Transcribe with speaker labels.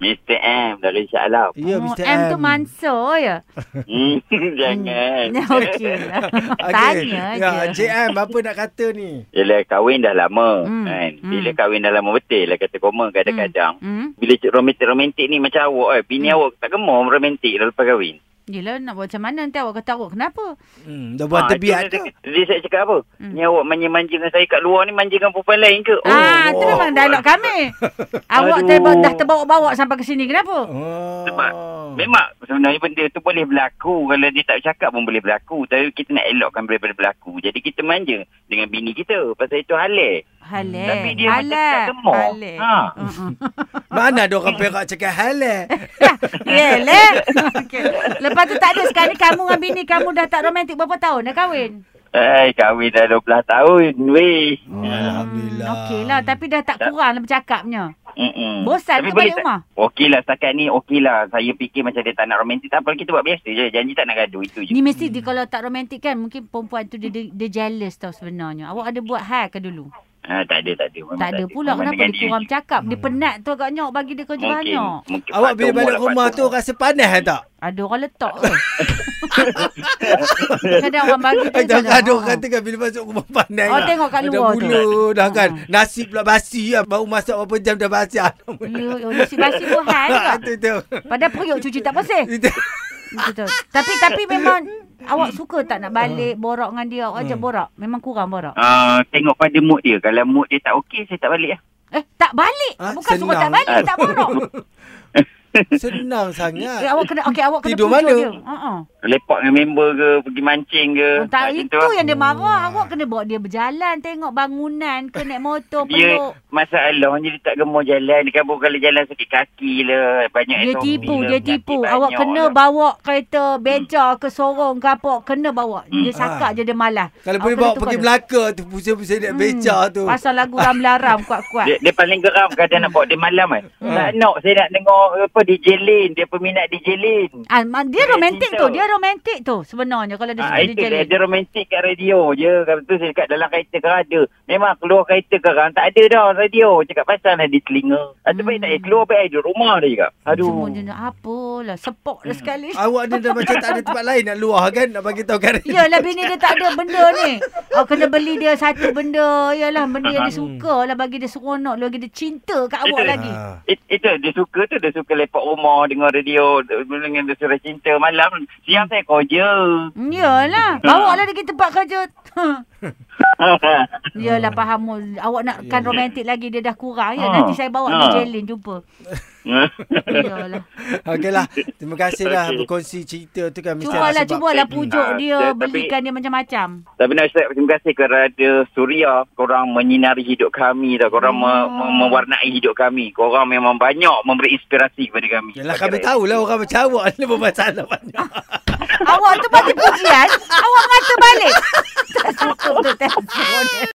Speaker 1: Mr. M dari Shah Alam.
Speaker 2: Ya,
Speaker 3: Oh,
Speaker 2: Mr.
Speaker 3: M tu Mansur ya?
Speaker 1: Hmm, jangan.
Speaker 3: Okey lah.
Speaker 2: Okey.
Speaker 3: Tanya
Speaker 2: ya,
Speaker 3: je.
Speaker 2: JM, apa nak kata ni?
Speaker 1: Yelah kahwin dah lama
Speaker 3: Hmm,
Speaker 1: kan.
Speaker 3: hmm.
Speaker 1: Bila kahwin dah lama betul lah kata koma kadang-kadang.
Speaker 3: Hmm?
Speaker 1: Bila cik romantik-romantik ni macam awak eh. Bini awak tak gemar romantik dah lepas kahwin.
Speaker 3: Yelah nak buat macam mana nanti awak kata awak kenapa?
Speaker 2: Hmm, dah buat
Speaker 1: Ah,
Speaker 2: tebiat
Speaker 1: itu
Speaker 2: ke?
Speaker 1: Ha, dia- Dia saya cakap apa?
Speaker 3: Hmm.
Speaker 1: Ni awak manja-manja dengan saya kat luar ni manja dengan perempuan lain ke?
Speaker 3: Oh. Ah, tu memang dialog kami. awak terbawa,
Speaker 1: Aduh.
Speaker 3: dah terbawa-bawa sampai ke sini. Kenapa?
Speaker 2: Oh.
Speaker 1: Sebab Memang sebenarnya benda tu boleh berlaku. Kalau dia tak bercakap pun boleh berlaku. Tapi kita nak elokkan daripada berlaku. Jadi kita manja dengan bini kita. Pasal itu halal.
Speaker 3: Halal.
Speaker 1: Hmm, Tapi dia macam
Speaker 3: Eh, Halal.
Speaker 1: tak gemar.
Speaker 3: Halal.
Speaker 1: Ha.
Speaker 3: Mm-mm.
Speaker 2: Mana ada orang perak cakap eh? halal?
Speaker 3: Yelah. Ya, Okey. Lepas tu tak ada sekali kamu dengan bini kamu dah tak romantik berapa tahun dah kahwin?
Speaker 1: Hai, Eh, kahwin dah 12 tahun. Weh.
Speaker 2: Oh, Alhamdulillah.
Speaker 3: Hmm, Okey lah. Tapi dah tak kurang lah bercakapnya.
Speaker 1: Mm-mm. Hmm,
Speaker 3: Bosan ke
Speaker 1: boleh
Speaker 3: balik
Speaker 1: tak-
Speaker 3: rumah?
Speaker 1: Okey lah setakat ni. Okey lah. Saya fikir macam dia tak nak romantik. Tak apa. Kita buat biasa je. Janji tak nak gaduh. Itu je.
Speaker 3: Ni mesti dia kalau tak romantik kan mungkin perempuan tu dia, dia, dia jealous tau sebenarnya. Awak ada buat hal ke dulu?
Speaker 1: Ha, tak ada, tak ada. Memang
Speaker 3: tak ada pula
Speaker 1: Memang
Speaker 3: kenapa
Speaker 1: dengan
Speaker 3: dia kurang cakap.
Speaker 2: Hmm.
Speaker 3: Dia penat tu agaknya awak bagi dia kerja
Speaker 1: Mungkin,
Speaker 3: banyak.
Speaker 1: mungkin
Speaker 2: Awak bila
Speaker 1: faktor
Speaker 2: balik
Speaker 1: umur lah,
Speaker 2: rumah tu
Speaker 1: faktor.
Speaker 2: rasa panas eh, tak?
Speaker 3: Ada orang letak ke? Kadang orang bagi tu
Speaker 2: Jangan
Speaker 3: macam,
Speaker 2: ada orang
Speaker 3: "Ha,
Speaker 2: kata kan bila masuk rumah panas.
Speaker 3: Oh,
Speaker 2: kan?
Speaker 3: tengok kat
Speaker 2: Ada
Speaker 3: luar tu.
Speaker 2: bulu dah kan.
Speaker 3: Ha.
Speaker 2: Nasi pula basi lah. Baru masak berapa jam dah basi.
Speaker 3: Ya, ya, nasi basi pun hal juga.
Speaker 2: Itu tu.
Speaker 3: Padahal periuk cuci tak bersih.
Speaker 2: Itu.
Speaker 3: Betul. Tapi tapi memang awak suka tak nak balik borak dengan dia? Awak ajak
Speaker 2: Ah. Hmm.
Speaker 3: borak. Memang kurang borak.
Speaker 1: Ah, tengok pada mood dia. Kalau mood dia tak okey, saya tak balik lah.
Speaker 3: Eh, tak balik.
Speaker 2: Ah,
Speaker 3: Bukan suruh tak
Speaker 2: senang.
Speaker 3: balik, Eh, tak borak.
Speaker 2: Senang
Speaker 3: Eh,
Speaker 2: sangat.
Speaker 3: awak kena okey, awak kena
Speaker 2: Tidur
Speaker 3: pujuk
Speaker 2: mana?
Speaker 3: dia. Ha
Speaker 1: Lepak dengan member ke, pergi mancing ke.
Speaker 3: Oh, tak,
Speaker 1: macam
Speaker 3: itu
Speaker 1: lah.
Speaker 3: yang dia marah.
Speaker 2: Oh.
Speaker 3: Awak kena bawa dia berjalan, tengok bangunan ke naik motor,
Speaker 1: Dia
Speaker 3: peluk.
Speaker 1: masalah dia tak gemar jalan. Dia kabur kalau jalan sakit kaki lah. Banyak
Speaker 3: Dia
Speaker 1: SOP
Speaker 3: tipu,
Speaker 1: lah,
Speaker 3: dia
Speaker 1: penyakit
Speaker 3: tipu.
Speaker 1: banyak
Speaker 3: Awak kena
Speaker 1: lah.
Speaker 3: bawa kereta beca ke Sorong ke apa, kena bawa. Dia
Speaker 1: Hmm.
Speaker 3: cakap
Speaker 2: Ah.
Speaker 3: je dia malah.
Speaker 2: Kalau
Speaker 3: Awak
Speaker 2: boleh
Speaker 3: kena
Speaker 2: bawa
Speaker 3: tukar
Speaker 2: pergi
Speaker 3: dia.
Speaker 2: Melaka tu. Pusing-pusing nak beca tu.
Speaker 3: Hmm. Pasal lagu Ramlaram kuat-kuat.
Speaker 1: Dia, dia paling geram kadang nak bawa dia malam kan.
Speaker 3: Hmm.
Speaker 1: Tak nak saya nak dengar apa DJ Lin. Dia peminat DJ Lin.
Speaker 3: Ah, ma- dia
Speaker 1: Dia
Speaker 3: romantik
Speaker 1: cinta.
Speaker 3: tu. Dia romantik tu sebenarnya kalau dia
Speaker 1: Ah,
Speaker 3: suka dia
Speaker 1: itu dia,
Speaker 3: jalan.
Speaker 1: dia romantik kat radio je. Kalau tu saya cakap dalam kereta ke ada. Memang keluar kereta ke orang tak ada dah radio. Cakap pasal lah di telinga. Atau baik
Speaker 3: Hmm.
Speaker 1: tak payah keluar baik di rumah dia cakap. Aduh.
Speaker 3: Semua dia nak apalah. Sepok
Speaker 1: Hmm.
Speaker 3: dia sekali.
Speaker 2: Awak ni dah macam tak ada tempat lain nak luar kan? Nak bagi tahu kan?
Speaker 3: Yalah Ya lah, bini dia tak ada benda ni. Oh, kena beli dia satu benda. Yalah benda yang dia suka lah bagi dia seronok. Bagi dia cinta kat awak
Speaker 1: Betul.
Speaker 3: lagi.
Speaker 2: Ah,
Speaker 1: It, itu dia suka tu dia suka lepak rumah dengar radio dengan dia surat cinta malam siang saya kerja
Speaker 3: Yalah. Bawa Ya lah dia pergi tempat kerja. Yalah faham. Mul. Awak nakkan
Speaker 2: Ya.
Speaker 3: romantik lagi dia dah kurang. Ya,
Speaker 1: Ha.
Speaker 3: nanti saya bawa
Speaker 1: Ha.
Speaker 3: dia jelin jumpa. Ya lah. Yalah.
Speaker 2: Okeylah. Terima kasih lah
Speaker 1: Okey.
Speaker 2: berkongsi cerita tu kan. Mesti
Speaker 3: Cubalah,
Speaker 2: ada sebab.
Speaker 3: cubalah pujuk
Speaker 1: Ah,
Speaker 3: dia.
Speaker 1: tapi-
Speaker 3: Belikan dia macam-macam.
Speaker 1: tapi nak Ustaz terima kasih kerana Suria korang menyinari hidup kami tau korang me, me, mewarnai hidup kami korang memang banyak memberi inspirasi kepada kami
Speaker 2: Yalah kami tahulah orang macam awak ni bermasalah banyak.
Speaker 3: Awak tu bagi pujian. Awak mengata balik. Tak suka tu telefon.